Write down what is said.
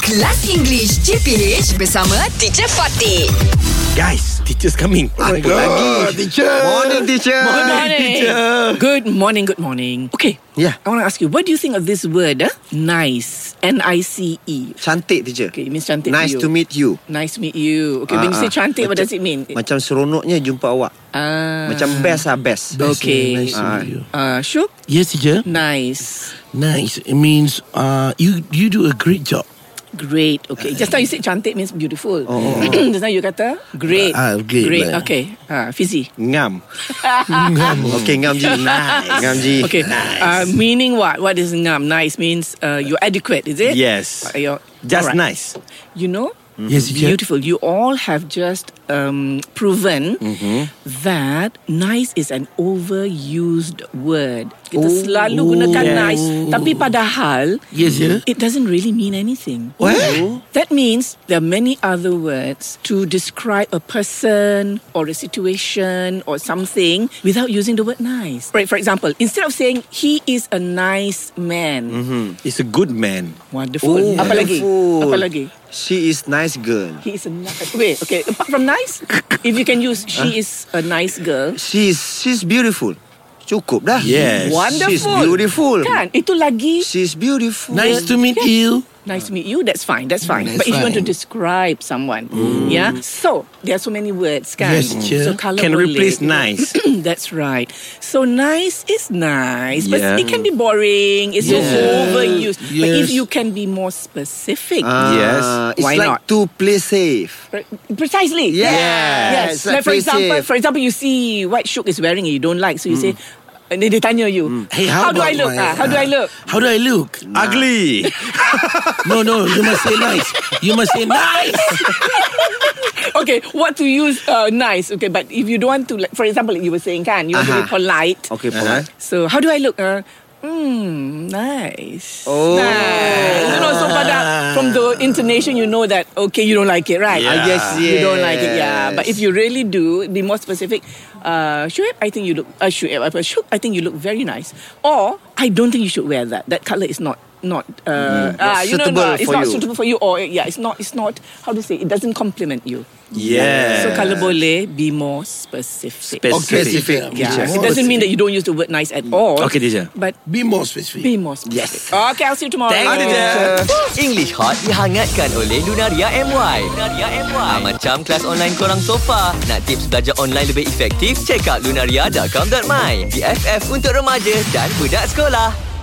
Kelas English CPH bersama Teacher Fatih. Guys, teacher's coming. Oh my Good lagi. teacher. Morning, teacher. Morning. Good morning, good morning. Okay. Ya, Yeah. I want to ask you, what do you think of this word, huh? Nice. N-I-C-E. Cantik teacher. E. Okay, it means cantik Nice to you. to meet you. Nice to meet you. Okay, when you Ah, say ah. cantik, what Macam- does it mean? Macam seronoknya jumpa awak. Ah. Macam best lah best. Best Okay. Nice to Ah. meet you. Ah, Syuk, Yes, teacher. nice. Nice. It means uh, you you do a great job. Great. Okay. Just now you said cantik means beautiful. Oh. Just now you kata great. Ah, great Great. lah. Okay. Ah, Fizi. Ngam. Okay, ngam ji. Nice. Ngam ji. Okay. Uh, meaning what? What is ngam? Nice means uh, you're adequate, is it? Yes. Uh, you're- Just alright. Mm-hmm. nice. You know, Yes, teacher. Beautiful. You all have just um, proven that nice is an overused word. Kita selalu gunakan yes. nice, tapi padahal Yes, yeah. it doesn't really mean anything. What? That means there are many other words to describe a person or a situation or something without using the word nice. Right, for example, instead of saying he is a nice man, It's a good man. wonderful. Oh, Apa lagi? wonderful. Apa lagi? She is nice girl. He is a nice. Wait, okay. Apart from nice, if you can use she is a nice girl. She is she's beautiful. Cukup dah. Yes. Wonderful. She's beautiful. Kan? Itu lagi She's beautiful. Nice to meet you. nice to meet you. That's fine. That's fine. That's but if you want to fine. Mm. describe someone, yeah. So there are so many words, kan? Mm. Yes, teacher. So color Can boleh, replace you know. nice. That's right. So nice is nice, but Yeah. it can be boring. It's just Yes. overused. But if Yes. you can be more specific, Ah, Yes. It's Why like not? to play safe. Pre- Precisely. Yes. Yes. Like Like, for play example, safe. for example, you see what Shuk is wearing and you don't like, so you say, and then they tanya you, Mm. Hey, how, how, do I about look? my- uh, Ah, how do I look? How do I look? Ugly. no, no. You must say nice. You must say nice. Okay, what to use? Uh, nice. Okay, but if you don't want to, like, for example, like you were saying, can you want to be Uh-huh. Aha. polite? Okay, uh So how do I look? Uh, Mm, nice. Oh. Nice. You know, so pada, from the intonation, you know that, okay, you don't like it, right? Yeah. Ah, yes, You don't like it, yes. yeah. But if you really do, be more specific. Uh, Shuib, I think you look, uh, Shuib, uh, Shuib, I think you look very nice. Or, I don't think you should wear that. That color is not, not, uh, ah, you know, Mm. suitable no, it's for not you. suitable for you. Or, yeah, it's not, it's not, how to say, it doesn't compliment you. Yes. So, color boleh be more specific. Specific. Specific, Yeah, teacher. it doesn't mean that you don't use the word nice at all. Okay, teacher. But Be more specific. be more specific. Yes. Okay, I'll see you tomorrow. Thank you, teacher. English Hot dihangatkan oleh Lunaria MY. Lunaria MY. Ah, macam kelas online korang sofa. Nak tips belajar online lebih efektif? Check out lunaria.com.my. BFF untuk remaja dan budak sekolah.